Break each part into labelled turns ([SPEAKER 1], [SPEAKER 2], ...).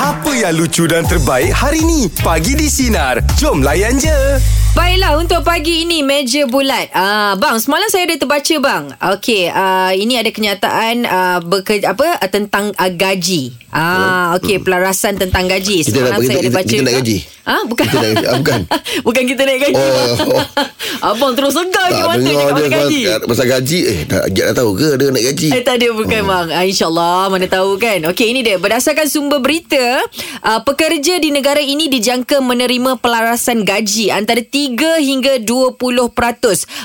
[SPEAKER 1] Apa yang lucu dan terbaik hari ni? Pagi di Sinar. Jom layan je.
[SPEAKER 2] Baiklah untuk pagi ini meja bulat. Ah bang, semalam saya ada terbaca bang. Okey, ah ini ada kenyataan ah berke, apa ah, tentang ah, gaji. Ah okey, pelarasan tentang gaji.
[SPEAKER 3] Hmm. Kita nak-
[SPEAKER 2] Semalam saya
[SPEAKER 3] kita-
[SPEAKER 2] ada
[SPEAKER 3] kita-
[SPEAKER 2] baca.
[SPEAKER 3] kita nak
[SPEAKER 2] juga.
[SPEAKER 3] gaji?
[SPEAKER 2] Ah bukan.
[SPEAKER 3] Kita nak gaji. Ah, bukan.
[SPEAKER 2] bukan kita nak gaji.
[SPEAKER 3] Oh,
[SPEAKER 2] bang.
[SPEAKER 3] oh.
[SPEAKER 2] Abang terus segar je
[SPEAKER 3] Tak
[SPEAKER 2] mata
[SPEAKER 3] dengar
[SPEAKER 2] cakap
[SPEAKER 3] dia
[SPEAKER 2] pasal gaji.
[SPEAKER 3] pasal, pasal gaji Eh dah, Jack dah tahu ke Dia nak gaji
[SPEAKER 2] Eh, tak ada bukan bang ah, InsyaAllah mana tahu kan Okey ini dia Berdasarkan sumber berita ah, Pekerja di negara ini dijangka menerima pelarasan gaji Antara 3 hingga 20%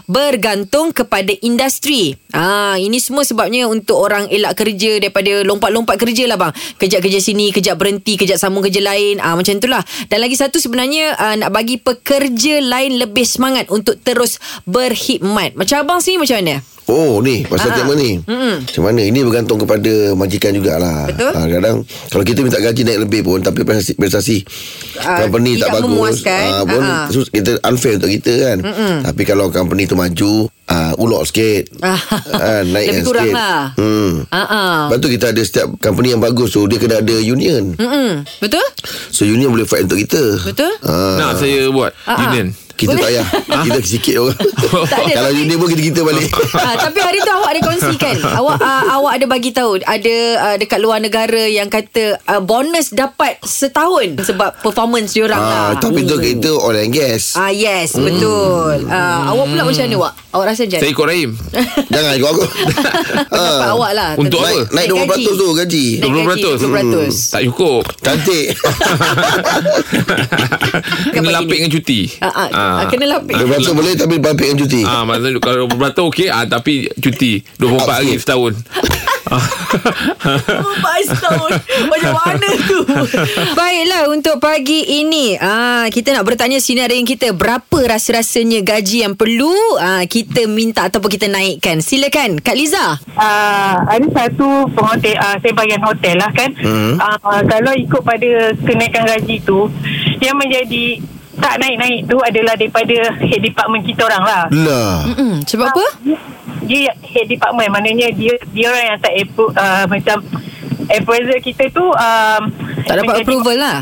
[SPEAKER 2] Bergantung kepada industri ah, Ini semua sebabnya untuk orang elak kerja Daripada lompat-lompat kerja lah bang Kejap kerja sini Kejap berhenti Kejap sambung kerja lain ah, Macam itulah Dan lagi satu sebenarnya ah, Nak bagi pekerja lain lebih semangat Untuk terus berkhidmat Macam abang sini macam mana?
[SPEAKER 3] Oh ni Pasal
[SPEAKER 2] Ah.
[SPEAKER 3] tema ni
[SPEAKER 2] Mm-mm.
[SPEAKER 3] Macam mana Ini bergantung kepada Majikan jugalah
[SPEAKER 2] Betul.
[SPEAKER 3] ha, Kadang Kalau kita minta gaji naik lebih pun Tapi prestasi, prestasi
[SPEAKER 2] Ah,
[SPEAKER 3] Company tak
[SPEAKER 2] tidak
[SPEAKER 3] bagus
[SPEAKER 2] memuaskan.
[SPEAKER 3] ah, pun
[SPEAKER 2] Ah.
[SPEAKER 3] sus, Kita unfair untuk kita kan Mm-mm. Tapi kalau company tu maju uh, Ulok sikit
[SPEAKER 2] Ah.
[SPEAKER 3] Ah, Naikkan
[SPEAKER 2] Lebih kurang
[SPEAKER 3] sikit
[SPEAKER 2] lah.
[SPEAKER 3] hmm.
[SPEAKER 2] Ah, ah.
[SPEAKER 3] Lepas tu kita ada setiap company yang bagus tu Dia kena ada union
[SPEAKER 2] Mm-mm. Betul?
[SPEAKER 3] So union boleh fight untuk kita
[SPEAKER 2] Betul.
[SPEAKER 3] ha.
[SPEAKER 4] Uh, Nak saya buat
[SPEAKER 2] Ah, ah.
[SPEAKER 4] Union
[SPEAKER 3] Kita
[SPEAKER 2] Boleh.
[SPEAKER 3] tak payah Kita sikit orang
[SPEAKER 2] Tak ada,
[SPEAKER 3] Kalau
[SPEAKER 2] tapi-
[SPEAKER 3] union pun kita-kita balik
[SPEAKER 2] ha, tapi hari tu awak ada kongsikan. Awak uh, awak ada bagi tahu ada uh, dekat luar negara yang kata uh, bonus dapat setahun sebab performance diorang lah.
[SPEAKER 3] Ah, Tapi tu kita oil and gas
[SPEAKER 2] Ah yes, betul. Uh, awak pula macam mana awak? Awak rasa macam
[SPEAKER 4] Saya
[SPEAKER 2] mana?
[SPEAKER 4] ikut Rahim
[SPEAKER 3] Jangan ikut aku Ah.
[SPEAKER 2] Pendapat awak lah.
[SPEAKER 4] Untuk
[SPEAKER 2] tentang-
[SPEAKER 4] apa?
[SPEAKER 3] Naik 20%
[SPEAKER 2] gaji.
[SPEAKER 3] tu gaji
[SPEAKER 2] Naik gaji, 20%.
[SPEAKER 4] 20%. Tak cukup
[SPEAKER 3] Cantik
[SPEAKER 4] Kena
[SPEAKER 2] pagi
[SPEAKER 4] lapik
[SPEAKER 2] ni?
[SPEAKER 4] dengan cuti
[SPEAKER 2] Ah, ah, ah, kena lapik.
[SPEAKER 3] 20% boleh tapi berapa yang cuti
[SPEAKER 4] Ah, maksudnya kalau beratur okey ah, Tapi cuti 24 hari
[SPEAKER 3] Abstain.
[SPEAKER 4] setahun
[SPEAKER 2] Lepas tahun Macam mana tu Baiklah untuk pagi ini ah, Kita nak bertanya sinarin kita Berapa rasa-rasanya gaji yang perlu ah, Kita minta ataupun kita naikkan Silakan Kak Liza
[SPEAKER 5] uh, ada satu penghotel uh, saya bagian hotel lah kan
[SPEAKER 3] Hmm.
[SPEAKER 5] hmm. uh, kalau ikut pada kenaikan gaji tu yang menjadi tak naik-naik tu adalah daripada head department kita orang lah
[SPEAKER 3] Lah
[SPEAKER 2] hmm, Sebab apa?
[SPEAKER 5] dia head department maknanya dia dia orang yang tak approve uh, macam appraiser kita tu um,
[SPEAKER 2] Tak dapat
[SPEAKER 5] menjadi-
[SPEAKER 2] approval lah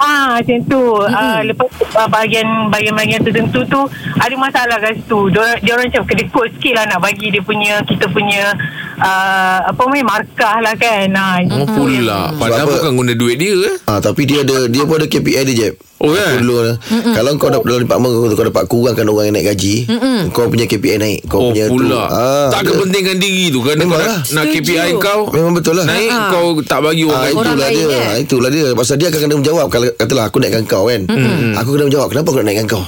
[SPEAKER 5] Ah, macam tu. Mm-hmm.
[SPEAKER 2] Mm-mm.
[SPEAKER 5] Ah, lepas tu, ah, bahagian bahagian-bahagian tertentu tu ada masalah kat situ. Dia dia orang macam kena kot sikit lah nak bagi dia punya kita punya ah, apa namanya markah lah kan. Ah,
[SPEAKER 4] Oh pula Padahal
[SPEAKER 3] apa?
[SPEAKER 4] bukan guna duit dia eh.
[SPEAKER 3] Ah, tapi dia ada dia pun ada KPI dia Jeb.
[SPEAKER 4] Oh, ya?
[SPEAKER 3] Aku Dulu, kalau kau dapat dalam department kau, kau dapat kurangkan orang yang naik gaji, kau punya KPI naik, kau
[SPEAKER 4] Oh
[SPEAKER 3] punya
[SPEAKER 4] pula
[SPEAKER 3] tu. Ah,
[SPEAKER 4] Tak
[SPEAKER 3] dia-
[SPEAKER 4] kepentingan diri tu kan Kau
[SPEAKER 3] Memang
[SPEAKER 4] nak,
[SPEAKER 3] lah.
[SPEAKER 4] nak
[SPEAKER 2] Setuju.
[SPEAKER 4] KPI kau
[SPEAKER 3] Memang betul lah.
[SPEAKER 4] Naik
[SPEAKER 2] Ah.
[SPEAKER 4] kau tak bagi
[SPEAKER 3] Ah,
[SPEAKER 4] orang
[SPEAKER 2] Orang
[SPEAKER 3] itulah
[SPEAKER 2] lain
[SPEAKER 3] dia.
[SPEAKER 2] kan?
[SPEAKER 3] Ah, itulah dia. Pasal dia akan kena menjawab kalau katalah aku naikkan kau kan. Aku kena menjawab kenapa aku nak naikkan kau.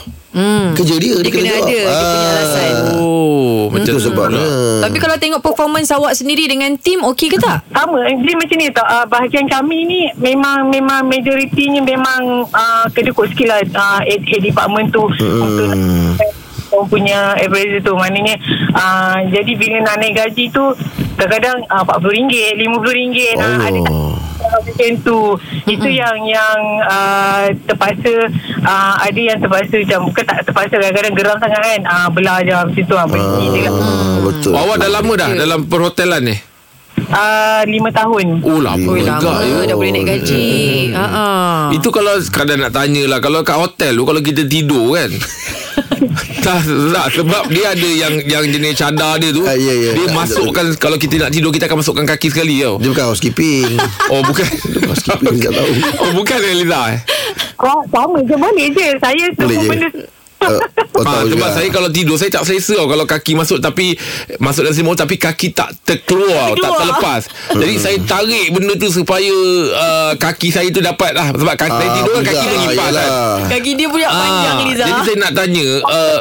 [SPEAKER 3] Kerja dia dia,
[SPEAKER 2] Mm. Dia kena
[SPEAKER 3] jawab. Ah.
[SPEAKER 2] ada Dia punya
[SPEAKER 4] Ah.
[SPEAKER 2] alasan
[SPEAKER 4] Oh Macam
[SPEAKER 3] Itu
[SPEAKER 4] tu
[SPEAKER 3] sebabnya.
[SPEAKER 4] pula
[SPEAKER 2] Tapi kalau tengok performance awak sendiri Dengan tim okey ke tak?
[SPEAKER 5] Sama Dia macam ni tau uh, Bahagian kami ni Memang Memang majoritinya Memang uh, Kena kot sikit lah uh, head, head department tu hmm. Untuk Orang punya appraiser tu Maknanya uh, Jadi bila nak naik gaji tu Kadang-kadang uh, RM40 RM50 oh. uh, Ada
[SPEAKER 3] Oh.
[SPEAKER 5] Ah, macam tu itu yang yang uh, terpaksa uh, ada yang terpaksa macam bukan tak terpaksa kadang-kadang geram sangat kan uh, belah je macam tu lah berhenti je lah
[SPEAKER 2] "Hmm."
[SPEAKER 3] Ah, betul.
[SPEAKER 4] Oh, Awak dah lama dah
[SPEAKER 2] Ya.
[SPEAKER 4] Dalam perhotelan ni
[SPEAKER 5] Ah, lima tahun
[SPEAKER 4] Oh Hmm. lama
[SPEAKER 2] Oh,
[SPEAKER 4] juga
[SPEAKER 2] lama
[SPEAKER 4] ya.
[SPEAKER 2] dah boleh naik gaji. Ha ah.
[SPEAKER 4] Itu kalau kadang nak tanya lah Kalau kat hotel tu Kalau kita tidur kan tak, tak Sebab dia ada yang Yang jenis cadar dia tu
[SPEAKER 3] Ah, ya, ya.
[SPEAKER 4] Dia
[SPEAKER 3] Tak,
[SPEAKER 4] masukkan Kalau kita nak tidur Kita akan masukkan kaki sekali tau
[SPEAKER 3] Dia bukan housekeeping.
[SPEAKER 4] Oh bukan
[SPEAKER 3] housekeeping tak tahu.
[SPEAKER 4] Oh bukan eh, Liza eh
[SPEAKER 5] Kau sama je boleh je saya
[SPEAKER 3] Boleh
[SPEAKER 5] semua
[SPEAKER 3] je.
[SPEAKER 5] benda
[SPEAKER 3] Ah, oh,
[SPEAKER 4] ha,
[SPEAKER 3] tahu
[SPEAKER 4] Sebab
[SPEAKER 3] juga.
[SPEAKER 4] saya kalau tidur Saya tak selesa tau Kalau kaki masuk Tapi Masuk dalam selimut Tapi kaki tak terkeluar Tak
[SPEAKER 2] Terkeluar.
[SPEAKER 4] terlepas Jadi saya tarik benda tu Supaya uh, Kaki saya tu dapat lah Sebab kaki, saya
[SPEAKER 3] Ah,
[SPEAKER 4] tidur kan
[SPEAKER 3] budak,
[SPEAKER 4] Kaki mengipas kan
[SPEAKER 3] yalah.
[SPEAKER 2] Kaki dia pula panjang Liza.
[SPEAKER 4] Ah, Jadi saya nak tanya uh,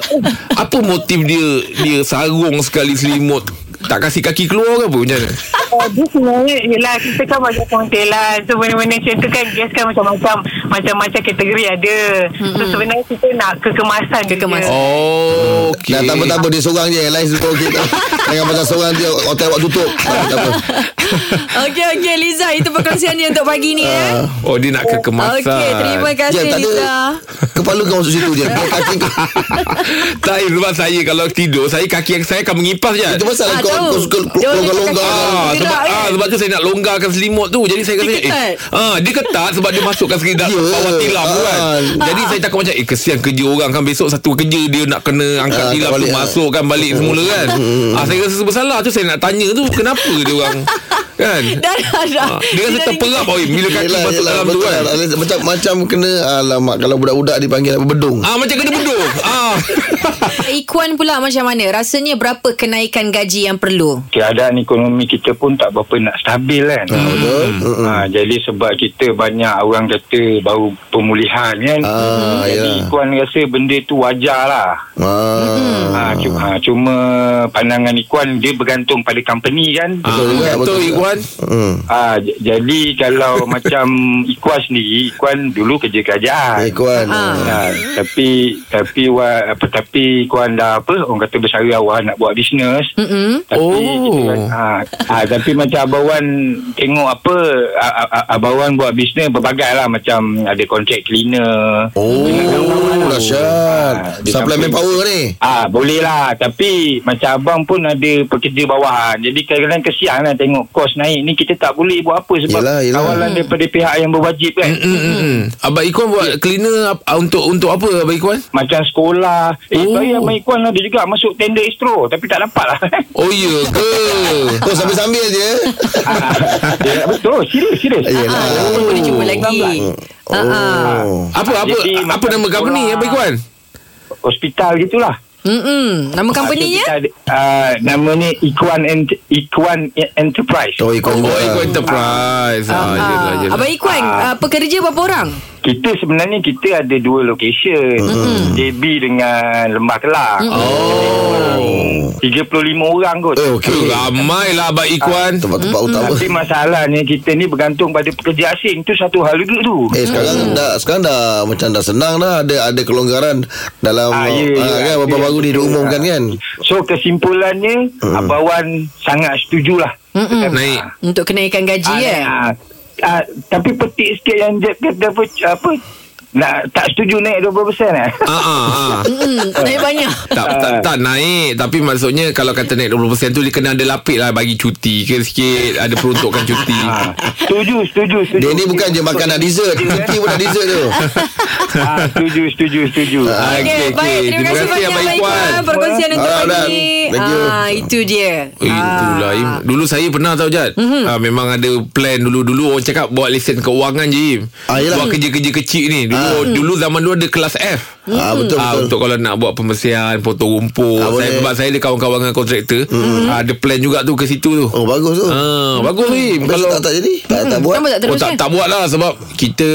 [SPEAKER 4] Apa motif dia Dia sarung sekali selimut Tak kasih kaki keluar ke apa Macam mana
[SPEAKER 5] Oh, dia sebenarnya Yelah kita kan macam kontelan So benda-benda macam tu kan Gas kan macam-macam Macam-macam kategori ada So sebenarnya kita nak kekemasan dia.
[SPEAKER 2] Kekemasan.
[SPEAKER 4] Oh okay.
[SPEAKER 3] Dah tambah-tambah dia seorang je Yang lain semua okey tak Jangan pasal seorang dia Hotel awak tutup Tak apa, tak apa
[SPEAKER 2] Okey okey Liza itu perkongsian dia untuk pagi ni eh.
[SPEAKER 4] Oh dia nak kekemasan
[SPEAKER 2] Okey, terima kasih
[SPEAKER 3] Jem, tak
[SPEAKER 4] Ya,
[SPEAKER 3] ada
[SPEAKER 2] Liza.
[SPEAKER 3] Kepala kau masuk situ je Kaki kau
[SPEAKER 4] Tak sebab saya Kalau tidur Saya kaki yang saya akan mengipas je
[SPEAKER 3] Itu pasal
[SPEAKER 2] Ah,
[SPEAKER 3] kau
[SPEAKER 2] tahu.
[SPEAKER 3] Kau suka
[SPEAKER 2] Dia orang cakap
[SPEAKER 3] longgar-longgar.
[SPEAKER 2] cakap.
[SPEAKER 4] Ah, sebab,
[SPEAKER 2] Gerak,
[SPEAKER 4] ah,
[SPEAKER 2] kan?
[SPEAKER 4] sebab tu saya nak longgarkan selimut tu Jadi saya kata
[SPEAKER 2] Dia ketat.
[SPEAKER 4] eh, ah, Dia ketat sebab dia masukkan sekali dalam
[SPEAKER 3] Ya.
[SPEAKER 4] bawah tilam tu kan
[SPEAKER 3] Ah.
[SPEAKER 4] Jadi saya takut macam Eh kesian kerja orang kan Besok satu kerja dia nak kena
[SPEAKER 3] Ah,
[SPEAKER 4] Angkat
[SPEAKER 3] angkat
[SPEAKER 4] tilam tu
[SPEAKER 3] balik, ah. Hmm.
[SPEAKER 4] Masukkan balik semula kan ah, Saya rasa bersalah tu Saya nak tanya tu Kenapa dia orang Kan
[SPEAKER 2] Dah, dah, dah.
[SPEAKER 4] Ah, Dia rasa
[SPEAKER 2] Dah
[SPEAKER 4] terperap oi, Bila kaki
[SPEAKER 3] Yelah,
[SPEAKER 4] masuk
[SPEAKER 3] yelah,
[SPEAKER 4] dalam tu
[SPEAKER 3] betul
[SPEAKER 4] kan
[SPEAKER 3] lah. Macam macam kena alamak kalau budak-budak dipanggil apa bedung.
[SPEAKER 4] Ah macam kena bedung. Ah.
[SPEAKER 2] Ikuan pula macam mana? Rasanya berapa kenaikan gaji yang perlu?
[SPEAKER 6] keadaan ekonomi kita pun tak berapa nak stabil kan.
[SPEAKER 3] Ah, betul. Mm-mm.
[SPEAKER 6] Ha, jadi sebab kita banyak orang kata baru pemulihan kan.
[SPEAKER 3] Ah,
[SPEAKER 6] jadi
[SPEAKER 3] ya.
[SPEAKER 6] Ikuan rasa benda tu wajar lah.
[SPEAKER 3] Ah.
[SPEAKER 6] Ha, cuma, ha, cuma pandangan Ikuan dia bergantung pada company kan.
[SPEAKER 4] Betul
[SPEAKER 3] juga,
[SPEAKER 4] juga Ah. Betul
[SPEAKER 3] betul juga.
[SPEAKER 4] Iguan
[SPEAKER 3] Hmm.
[SPEAKER 6] Ha, j- jadi kalau macam Ikuan sendiri, Ikuan dulu kerja kerajaan.
[SPEAKER 3] Eh, Kuan. Ah.
[SPEAKER 6] Ha, tapi tapi wa, apa tapi kau anda apa orang kata bersara awal nak buat bisnes. Mm-hmm. Tapi
[SPEAKER 4] Oh.
[SPEAKER 6] kita kan, ha, ha, tapi macam abawan tengok apa a- a- a- abawan buat bisnes berbagai lah macam ada kontrak cleaner.
[SPEAKER 3] Oh,
[SPEAKER 6] Ah,
[SPEAKER 3] dahsyat.
[SPEAKER 6] di
[SPEAKER 3] Supply
[SPEAKER 6] samping-
[SPEAKER 3] manpower ni.
[SPEAKER 6] Ah boleh lah tapi macam abang pun ada pekerja bawahan. Jadi kadang-kadang kesian lah tengok kos naik ni kita tak boleh buat apa sebab
[SPEAKER 3] Yelah, yelah.
[SPEAKER 6] kawalan daripada pihak yang berwajib kan.
[SPEAKER 4] Mm, mm, mm. Abang Ikuan buat cleaner ap- ah, Untuk untuk apa Abang Ikuan
[SPEAKER 6] Macam sekolah Eh
[SPEAKER 4] Oh.
[SPEAKER 6] saya Abang Ikuan ada juga Masuk tender istro Tapi tak dapat lah
[SPEAKER 4] Oh ya ke
[SPEAKER 3] Oh, sambil-sambil je.
[SPEAKER 6] ya, betul serius serius
[SPEAKER 3] Yelah.
[SPEAKER 4] Oh.
[SPEAKER 2] Ah, kita pun boleh jumpa lagi. Oh. Uh-uh.
[SPEAKER 3] Oh.
[SPEAKER 4] Apa apa
[SPEAKER 6] Jadi,
[SPEAKER 4] Apa
[SPEAKER 6] macam
[SPEAKER 4] nama company
[SPEAKER 6] sekolah.
[SPEAKER 4] Abang Ikuan
[SPEAKER 6] hospital gitulah
[SPEAKER 4] Oh.
[SPEAKER 2] Mm-mm.
[SPEAKER 4] Ah,
[SPEAKER 2] Nama company ya?
[SPEAKER 6] Hospital, uh, nama ni Ikuan Ent- Ikuan Enterprise
[SPEAKER 3] Oh, ikut
[SPEAKER 4] Oh
[SPEAKER 3] juga.
[SPEAKER 4] Ikuan Enterprise ah, yelah,
[SPEAKER 2] Ah,
[SPEAKER 4] yelah.
[SPEAKER 2] Abang Ikuan,
[SPEAKER 6] Ah.
[SPEAKER 2] uh, pekerja berapa orang?
[SPEAKER 6] kita sebenarnya kita ada dua location mm. JB dengan Lembah Kelang oh 35 orang kot
[SPEAKER 3] Eh,
[SPEAKER 4] Tu,
[SPEAKER 3] okey.
[SPEAKER 4] Ramai lah Abang Ikuan
[SPEAKER 3] Tempat-tempat utama.
[SPEAKER 6] tapi masalahnya kita ni bergantung pada pekerja asing tu satu hal juga tu
[SPEAKER 3] Eh sekarang hmm. dah sekarang dah macam dah senang dah ada ada kelonggaran dalam ah,
[SPEAKER 6] ya,
[SPEAKER 3] yeah,
[SPEAKER 6] ya, Ah.
[SPEAKER 3] kan
[SPEAKER 6] ada.
[SPEAKER 3] baru-baru ni diumumkan kan.
[SPEAKER 6] so kesimpulannya mm. Abawan sangat setujulah
[SPEAKER 2] Mm-mm.
[SPEAKER 4] Naik
[SPEAKER 2] Untuk kenaikan gaji
[SPEAKER 6] Ah,
[SPEAKER 2] ya?
[SPEAKER 6] ah, ah, tapi petik sikit yang Jeb kata apa, apa nak, tak setuju naik 20% eh?
[SPEAKER 4] Ah, ah, ah.
[SPEAKER 2] Mm, naik banyak.
[SPEAKER 4] tak, tak, tak naik Tapi maksudnya Kalau kata naik 20% tu Dia kena ada lapik lah Bagi cuti ke sikit Ada peruntukan cuti
[SPEAKER 6] Ah, setuju, setuju, setuju.
[SPEAKER 3] Dia ni bukan je makan nak dessert, cuti pun nak dessert tu.
[SPEAKER 6] Ah, setuju, setuju, setuju.
[SPEAKER 4] Ah,
[SPEAKER 2] Okay,
[SPEAKER 3] Ha.
[SPEAKER 4] okey,
[SPEAKER 2] okay,
[SPEAKER 4] okey.
[SPEAKER 2] baik. Terima, kasih banyak Abang Ikuan Perkongsian untuk
[SPEAKER 3] Alright,
[SPEAKER 2] pagi
[SPEAKER 3] alright. Thank you.
[SPEAKER 2] Ah, Itu dia
[SPEAKER 4] Oh, Eh,
[SPEAKER 2] Ah.
[SPEAKER 4] Itulah Im. Dulu saya pernah tahu Jad mm-hmm. ha, Memang ada plan dulu-dulu Orang cakap buat lesen keuangan je Im
[SPEAKER 3] Ah, yelah.
[SPEAKER 4] Buat kerja-kerja kecil ni Dulu dulu zaman dulu ada kelas F
[SPEAKER 3] Ah betul
[SPEAKER 4] Ah,
[SPEAKER 3] betul.
[SPEAKER 4] untuk kalau nak buat pembersihan Potong rumput
[SPEAKER 3] Ah,
[SPEAKER 4] saya,
[SPEAKER 3] boleh.
[SPEAKER 4] Sebab saya ada kawan-kawan dengan kontraktor mm-hmm. Ada plan juga tu ke situ tu
[SPEAKER 3] Oh bagus tu.
[SPEAKER 4] Ah, Bagus Im
[SPEAKER 3] Kalau tak, tak jadi tak, tak buat.
[SPEAKER 2] Kenapa tak
[SPEAKER 4] Oh,
[SPEAKER 2] teruskan?
[SPEAKER 4] tak, tak buat lah sebab kita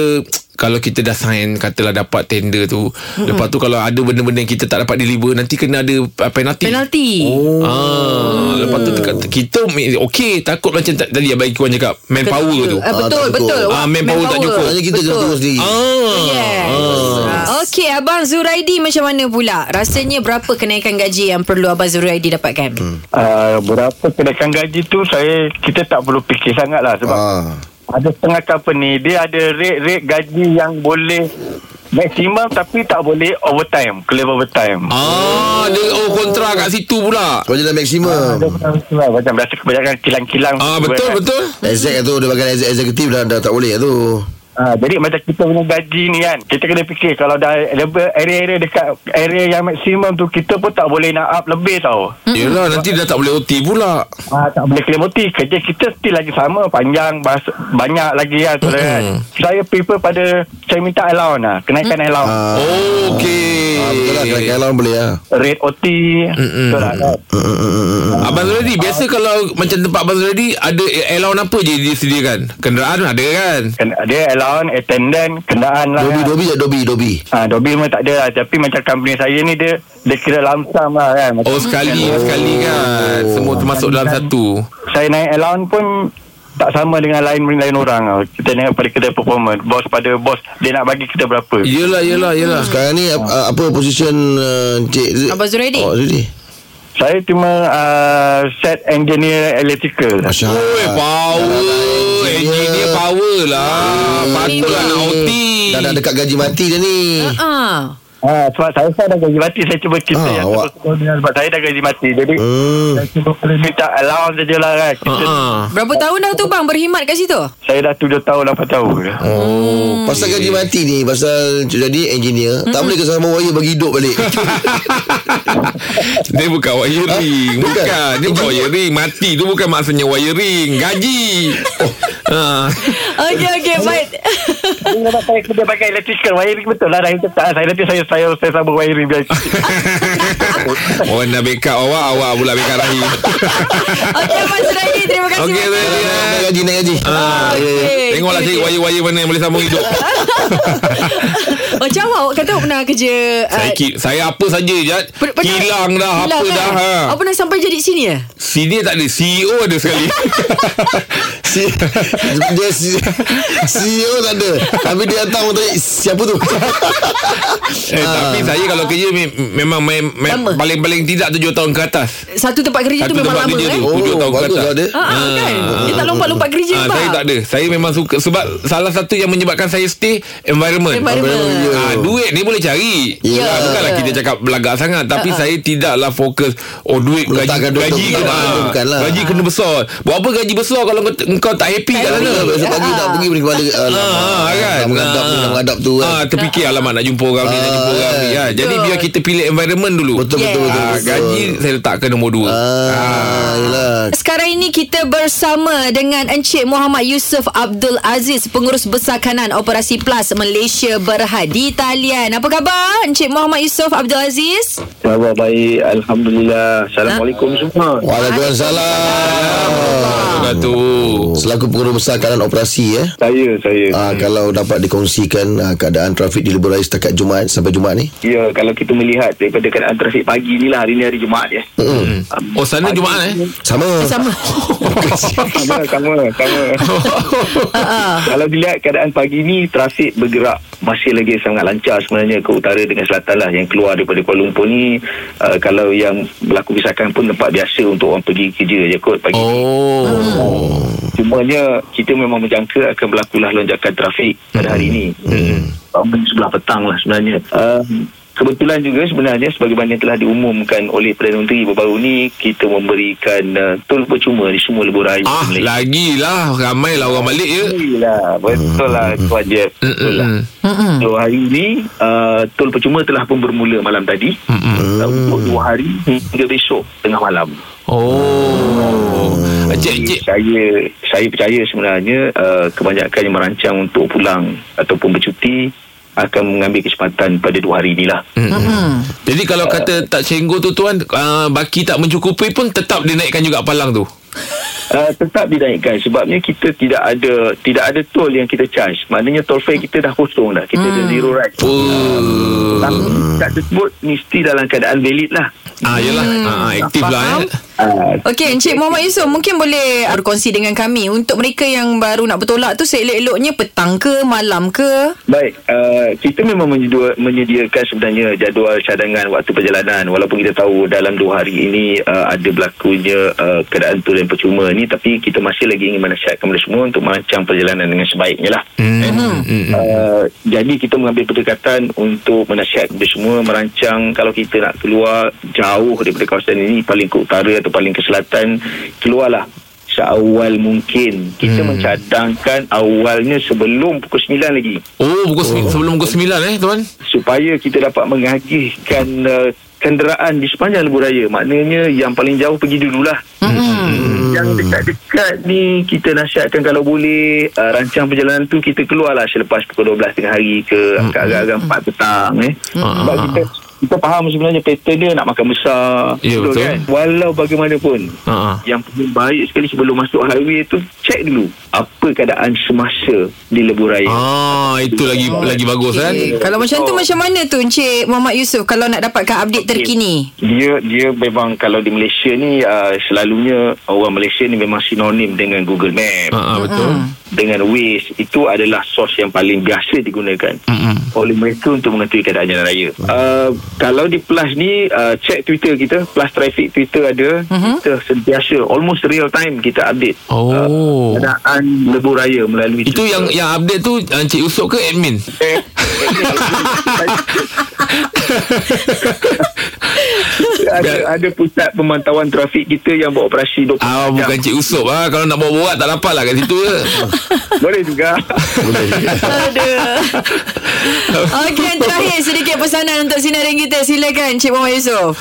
[SPEAKER 4] kalau kita dah sign katalah dapat tender tu mm-hmm. lepas tu kalau ada benda-benda yang kita tak dapat deliver nanti kena ada uh, penalty
[SPEAKER 2] Penalti
[SPEAKER 4] Oh. Ah, lepas tu dekat, kita okey takut macam tak, tadi abang Ikuan cakap manpower tu.
[SPEAKER 2] Ah,
[SPEAKER 3] Ah,
[SPEAKER 2] Betul,
[SPEAKER 3] tak
[SPEAKER 2] betul
[SPEAKER 3] cukup.
[SPEAKER 2] Wah,
[SPEAKER 4] Ah, manpower tak cukup.
[SPEAKER 3] Hanya kita kena
[SPEAKER 2] Betul.
[SPEAKER 3] tunggu sendiri.
[SPEAKER 4] Ah.
[SPEAKER 2] Yes.
[SPEAKER 4] Ah.
[SPEAKER 2] Ah, Okey, Abang Zuraidi macam mana pula? Rasanya berapa kenaikan gaji yang perlu Abang Zuraidi dapatkan?
[SPEAKER 4] Hmm.
[SPEAKER 6] Ah, berapa kenaikan gaji tu saya kita tak perlu fikir sangat lah sebab
[SPEAKER 3] Ah.
[SPEAKER 6] ada setengah company dia ada rate-rate gaji yang boleh maksimum tapi tak boleh overtime, clear overtime.
[SPEAKER 4] Ah, dia oh kontra kat situ pula.
[SPEAKER 3] Kau je Ah, dah maksimum.
[SPEAKER 6] Ada macam- lah, Macam biasa kebanyakan kilang-kilang
[SPEAKER 4] Ah,
[SPEAKER 6] kan.
[SPEAKER 4] betul betul.
[SPEAKER 3] Exec tu dia bagian exec- executive dah dah tak boleh tu.
[SPEAKER 6] Ha, jadi macam kita punya gaji ni kan Kita kena fikir Kalau dah level area-area dekat Area yang maksimum tu Kita pun tak boleh nak up lebih tau
[SPEAKER 4] Yelah nanti dah tak boleh OT pula.
[SPEAKER 6] ha, Tak boleh claim OT Kerja kita still lagi sama Panjang bas- Banyak lagi kan, saudara kan. Saya prefer pada Saya minta allowance lah Kenaikan allowance
[SPEAKER 3] Ah.
[SPEAKER 4] Oh, okey.
[SPEAKER 3] Ah, betul lah kalau boleh ah.
[SPEAKER 6] Rate OT Betul lah kan?
[SPEAKER 4] Abang Zuradi Biasa kalau Macam tempat Abang Zuradi Ada allowance apa je disediakan Kenderaan ada kan
[SPEAKER 6] Ken- Dia allowance Attendant Kendaan lah
[SPEAKER 3] Dobi
[SPEAKER 6] kan.
[SPEAKER 3] dobi tak dobi dobi.
[SPEAKER 6] ha, Dobi memang tak ada lah Tapi macam company saya ni Dia dia kira lamsam lah kan macam
[SPEAKER 4] Oh sekali
[SPEAKER 6] Oh.
[SPEAKER 4] Sekali kan Semua termasuk dalam satu
[SPEAKER 6] saya naik allowance pun tak sama dengan lain lain orang tau. Kita tengok pada kedai performance. Bos pada bos dia nak bagi kita berapa.
[SPEAKER 4] Yelah yelah yelah
[SPEAKER 3] Sekarang ni ap- ah, apa position ah, Encik Z-
[SPEAKER 2] Abang Zuraidi?
[SPEAKER 3] Oh Zuraidi.
[SPEAKER 6] Saya cuma uh, set engineer electrical.
[SPEAKER 3] Masya
[SPEAKER 4] Oi, power Engineer power lah Patutlah nak OT
[SPEAKER 3] Dah dah dekat gaji mati dah ni.
[SPEAKER 2] Ah,
[SPEAKER 6] Ha, sebab saya saya dah gaji mati Saya cuba kita
[SPEAKER 3] Ah,
[SPEAKER 6] yang
[SPEAKER 3] awak-
[SPEAKER 6] terus-terus dengan- Sebab saya dah gaji mati Jadi
[SPEAKER 3] Hmm.
[SPEAKER 6] Saya cuba boleh minta allowance saja lah kan kita,
[SPEAKER 3] Ah,
[SPEAKER 4] Ha.
[SPEAKER 2] Berapa tahun dah tu bang berkhidmat kat situ?
[SPEAKER 6] Saya dah 7 tahun 8 tahun dah.
[SPEAKER 3] Oh, pasal gaji mati ni Pasal jadi engineer Tak boleh ke sama warrior Bagi hidup balik
[SPEAKER 4] Dia bukan wiring
[SPEAKER 3] Ha?
[SPEAKER 4] Bukan,
[SPEAKER 3] Bukan.
[SPEAKER 4] Dia bukan wiring Mati tu bukan maksudnya wiring Gaji ha.
[SPEAKER 2] Okey okey baik.
[SPEAKER 6] Sebab saya kerja pakai electrical Wiring betul lah Dah minta tak Saya nanti saya Saya, saya sambung wiring biar
[SPEAKER 4] Orang nak backup awak Awak pula backup Rahim
[SPEAKER 2] Okey Abang Suradi terima kasih.
[SPEAKER 4] Okey
[SPEAKER 2] banyak.
[SPEAKER 3] Naik gaji Naik gaji
[SPEAKER 4] Ha.
[SPEAKER 3] ya,
[SPEAKER 2] Okey,
[SPEAKER 4] Tengoklah
[SPEAKER 2] itu
[SPEAKER 4] cari
[SPEAKER 2] dia.
[SPEAKER 4] wire-wire mana yang boleh sambung hidup
[SPEAKER 2] Macam Oh, awak kata awak pernah kerja
[SPEAKER 4] Saya,
[SPEAKER 2] uh,
[SPEAKER 4] ki- saya apa saja Jad
[SPEAKER 2] per- pernah-
[SPEAKER 4] Kilang dah Apa
[SPEAKER 2] Hilang,
[SPEAKER 4] dah
[SPEAKER 2] kan?
[SPEAKER 4] ha.
[SPEAKER 2] Awak pernah sampai jadi sini ya?
[SPEAKER 4] Sini tak ada CEO ada sekali
[SPEAKER 3] si, Dia si, CEO tak ada Tapi dia hantar orang tanya Siapa tu
[SPEAKER 4] eh, Tapi saya kalau kerja me- Memang main, main,
[SPEAKER 2] Lama.
[SPEAKER 4] Paling-paling tidak 7 tahun ke atas
[SPEAKER 2] Satu tempat kerja tu
[SPEAKER 4] Satu
[SPEAKER 2] memang
[SPEAKER 4] tempat
[SPEAKER 2] lama
[SPEAKER 4] kerja
[SPEAKER 2] eh.
[SPEAKER 4] tu. Tujuh tahun ke
[SPEAKER 3] bagus
[SPEAKER 4] atas.
[SPEAKER 3] lah dia
[SPEAKER 2] Ha, ha, kan? Dia tak lompat-lompat kerja
[SPEAKER 4] Ah,
[SPEAKER 2] bang.
[SPEAKER 4] Saya tak ada Saya memang suka Sebab salah satu yang menyebabkan saya stay Environment,
[SPEAKER 2] Environment.
[SPEAKER 4] Ah, Duit ni boleh cari
[SPEAKER 3] Ya.
[SPEAKER 4] Ah, Bukanlah kita cakap belagak sangat Tapi saya tidaklah fokus Oh duit
[SPEAKER 3] Meletakkan
[SPEAKER 4] gaji,
[SPEAKER 3] duit
[SPEAKER 4] gaji,
[SPEAKER 3] tu,
[SPEAKER 4] kena,
[SPEAKER 3] meletakkan duit, bukanlah.
[SPEAKER 4] gaji kena besar Buat apa gaji besar Kalau kau, kau tak happy kat
[SPEAKER 3] Tapi
[SPEAKER 4] sana
[SPEAKER 3] kalau Biasa pagi tak pergi Beri kepala
[SPEAKER 4] Ah, kan
[SPEAKER 3] Nak mengadap ni, Nak mengadap tu
[SPEAKER 4] ah,
[SPEAKER 3] kan
[SPEAKER 4] Terfikir alamak nak jumpa orang ni Nak jumpa orang ni ah, Jadi
[SPEAKER 2] Betul.
[SPEAKER 4] biar kita pilih environment dulu
[SPEAKER 3] Betul
[SPEAKER 2] Yeah.
[SPEAKER 3] betul betul
[SPEAKER 4] ah,
[SPEAKER 3] betul.
[SPEAKER 4] Gaji saya letak ke nombor dua
[SPEAKER 3] Ah, yelah
[SPEAKER 2] Sekarang ini kita bersama dengan Encik Muhammad Yusof Abdul Aziz, Pengurus Besar Kanan Operasi Plus Malaysia Berhad di talian. Apa khabar Encik Muhammad Yusof Abdul Aziz?
[SPEAKER 7] Khabar baik Alhamdulillah Assalamualaikum semua
[SPEAKER 3] Waalaikumsalam
[SPEAKER 4] ah. tu
[SPEAKER 3] Selaku pengurus besar kanan operasi eh
[SPEAKER 7] Saya saya
[SPEAKER 3] Ah, kalau dapat dikongsikan ah, keadaan trafik di Lebuh Raya setakat Jumaat sampai Jumaat ni.
[SPEAKER 7] Ya kalau kita melihat Daripada keadaan trafik pagi ni lah Hari ni hari Jumaat ya
[SPEAKER 3] Mm-mm.
[SPEAKER 7] Um,
[SPEAKER 4] Oh sana Jumaat eh
[SPEAKER 3] Sama.
[SPEAKER 2] Sama.
[SPEAKER 7] Ah, sama sama sama Kalau dilihat keadaan pagi ni Trafik bergerak masih lagi sangat lancar sebenarnya ke utara dengan selatan lah yang keluar daripada Kuala Lumpur ni uh, kalau yang berlaku pisahkan pun tempat biasa untuk orang pergi kerja je kot pagi ni.
[SPEAKER 4] Oh
[SPEAKER 7] Cumanya kita memang menjangka akan berlakulah lonjakan trafik pada hari ini. Hmm. Bangun sebelah petang lah sebenarnya. Uh, kebetulan juga sebenarnya sebagaimana yang telah diumumkan oleh Perdana Menteri baru-baru ini kita memberikan uh, tol percuma di semua lebuh raya
[SPEAKER 4] Ah, lagilah ramailah orang balik ya.
[SPEAKER 7] Alhamdulillah Betul lah Tuan Jeff Betul lah
[SPEAKER 4] Mm-mm.
[SPEAKER 7] So hari ini uh, Tol percuma telah pun bermula malam tadi uh, Untuk dua hari Hingga besok Tengah malam
[SPEAKER 4] Oh. Cik cik
[SPEAKER 7] saya saya percaya sebenarnya uh, kebanyakan yang merancang untuk pulang ataupun bercuti akan mengambil kesempatan pada dua hari inilah.
[SPEAKER 4] Hmm. jadi kalau kata tak cenggu tu tuan uh, baki tak mencukupi pun tetap dinaikkan juga palang tu.
[SPEAKER 7] Uh, tetap dinaikkan sebabnya kita tidak ada tidak ada tol yang kita charge. Maknanya tol fare kita dah kosong dah. Kita ada zero rate.
[SPEAKER 4] Oh.
[SPEAKER 7] Tapi tak tersebut mesti dalam keadaan valid lah.
[SPEAKER 4] Ah yalah. Ah aktif lah eh.
[SPEAKER 7] Uh,
[SPEAKER 2] Okey, Encik Muhammad Yusof mungkin boleh berkongsi dengan kami untuk mereka yang baru nak bertolak tu seelok-eloknya petang ke malam ke?
[SPEAKER 7] Baik, uh, kita memang menyedia- menyediakan sebenarnya jadual cadangan waktu perjalanan walaupun kita tahu dalam dua hari ini uh, ada berlakunya uh, keadaan tu dan percuma ni tapi kita masih lagi ingin menasihatkan kepada semua untuk merancang perjalanan dengan sebaiknya lah.
[SPEAKER 4] Hmm.
[SPEAKER 7] Uh, jadi kita mengambil pendekatan untuk menasihat kepada semua merancang kalau kita nak keluar jauh daripada kawasan ini paling ke utara atau paling ke selatan keluarlah seawal mungkin kita hmm. mencadangkan awalnya sebelum pukul 9 lagi
[SPEAKER 4] Oh pukul oh. sebelum pukul 9 eh tuan.
[SPEAKER 7] supaya kita dapat mengagihkan uh, kenderaan di sepanjang lebuh raya maknanya yang paling jauh pergi dululah hmm. yang dekat-dekat ni kita nasihatkan kalau boleh uh, rancang perjalanan tu kita keluarlah selepas pukul 12 tengah hari ke
[SPEAKER 4] Hmm.
[SPEAKER 7] agak-agak 4 petang eh
[SPEAKER 4] Ah,
[SPEAKER 7] sebab kita kita faham sebenarnya pattern dia nak makan besar kan?
[SPEAKER 4] Ya, betul.
[SPEAKER 7] walau bagaimanapun
[SPEAKER 4] Ha ah.
[SPEAKER 7] yang paling baik sekali sebelum masuk highway tu check dulu apa keadaan semasa di lebuh raya
[SPEAKER 4] Ah itu lagi lagi bagus kan.
[SPEAKER 2] Okey, Kalau macam tu macam mana tu Encik Muhammad Yusof kalau nak dapatkan update terkini?
[SPEAKER 7] dia dia memang kalau di Malaysia ni uh, selalunya orang Malaysia ni memang sinonim dengan Google Map.
[SPEAKER 4] Ha ah betul.
[SPEAKER 7] dengan Waze itu adalah sos yang paling biasa digunakan mm-hmm. oleh mereka untuk mengetahui keadaan jalan raya. Uh, kalau di Plus ni uh, check Twitter kita, Plus Traffic Twitter ada, mm-hmm. kita sentiasa almost real time kita update
[SPEAKER 4] Oh.
[SPEAKER 7] keadaan lebuh raya melalui
[SPEAKER 4] Itu
[SPEAKER 7] Twitter.
[SPEAKER 4] yang yang update tu uh, Encik Yusof ke admin?
[SPEAKER 7] Eh, ada, ada pusat pemantauan trafik kita yang beroperasi 24
[SPEAKER 4] Ah
[SPEAKER 7] jam.
[SPEAKER 4] bukan Encik Yusof ah kalau nak buat-buat tak dapat lah kat situ je.
[SPEAKER 7] Boleh juga.
[SPEAKER 2] Aduh. Okey, yang terakhir sedikit pesanan untuk sinarin kita. Silakan Cik Muhammad Yusof.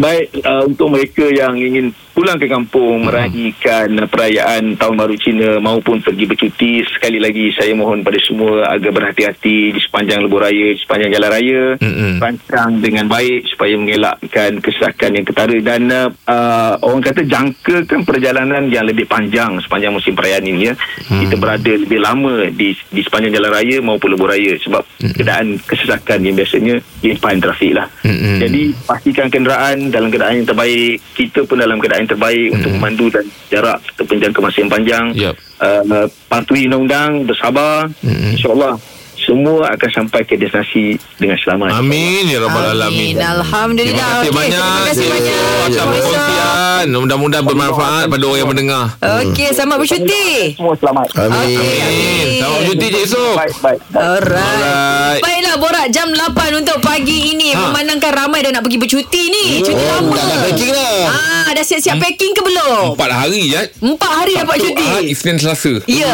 [SPEAKER 7] Baik uh, untuk mereka yang ingin pulang ke kampung meraihkan perayaan Tahun Baru Cina maupun pergi bercuti sekali lagi saya mohon pada semua agar berhati-hati di sepanjang lebuh raya di sepanjang jalan raya
[SPEAKER 4] Mm-mm.
[SPEAKER 7] rancang dengan baik supaya mengelakkan kesesakan yang ketara dan uh, uh, orang kata jangkakan perjalanan yang lebih panjang sepanjang musim perayaan ini ya kita berada lebih lama di di sepanjang jalan raya maupun lebuh raya sebab keadaan kesesakan yang biasanya limpahan trafik lah
[SPEAKER 4] Mm-mm.
[SPEAKER 7] jadi jadi pastikan kenderaan dalam keadaan yang terbaik. Kita pun dalam keadaan yang terbaik hmm. untuk memandu dan jarak ataupun jangka masa yang panjang.
[SPEAKER 4] Yap.
[SPEAKER 7] Uh, patuhi undang-undang, bersabar. Hmm. InsyaAllah semua akan sampai ke destinasi dengan selamat.
[SPEAKER 4] Amin ya rabbal alamin.
[SPEAKER 2] Alhamdulillah. Okey,
[SPEAKER 4] Terima kasih banyak.
[SPEAKER 2] Terima kasih
[SPEAKER 4] Encik
[SPEAKER 2] banyak.
[SPEAKER 4] Yusof atas
[SPEAKER 2] Cik Muhammad Yusof.
[SPEAKER 4] perkongsian. Mudah-mudahan bermanfaat pada orang yang mendengar.
[SPEAKER 2] Okey, selamat bercuti.
[SPEAKER 6] Semua selamat.
[SPEAKER 3] Amin.
[SPEAKER 4] Amin. Selamat cuti Encik Yusof.
[SPEAKER 6] Baik, baik.
[SPEAKER 2] Alright.
[SPEAKER 4] Alright.
[SPEAKER 2] Baiklah Borak jam 8 untuk pagi ini ha.
[SPEAKER 4] Ha.
[SPEAKER 2] memandangkan ramai dah nak pergi bercuti ni. Cuti lama.
[SPEAKER 3] dah nak packing dah.
[SPEAKER 2] Ah, dah siap-siap packing ke belum?
[SPEAKER 4] Empat hari ya.
[SPEAKER 2] Empat hari dapat cuti.
[SPEAKER 4] Ahad, Isnin Selasa.
[SPEAKER 2] Ya.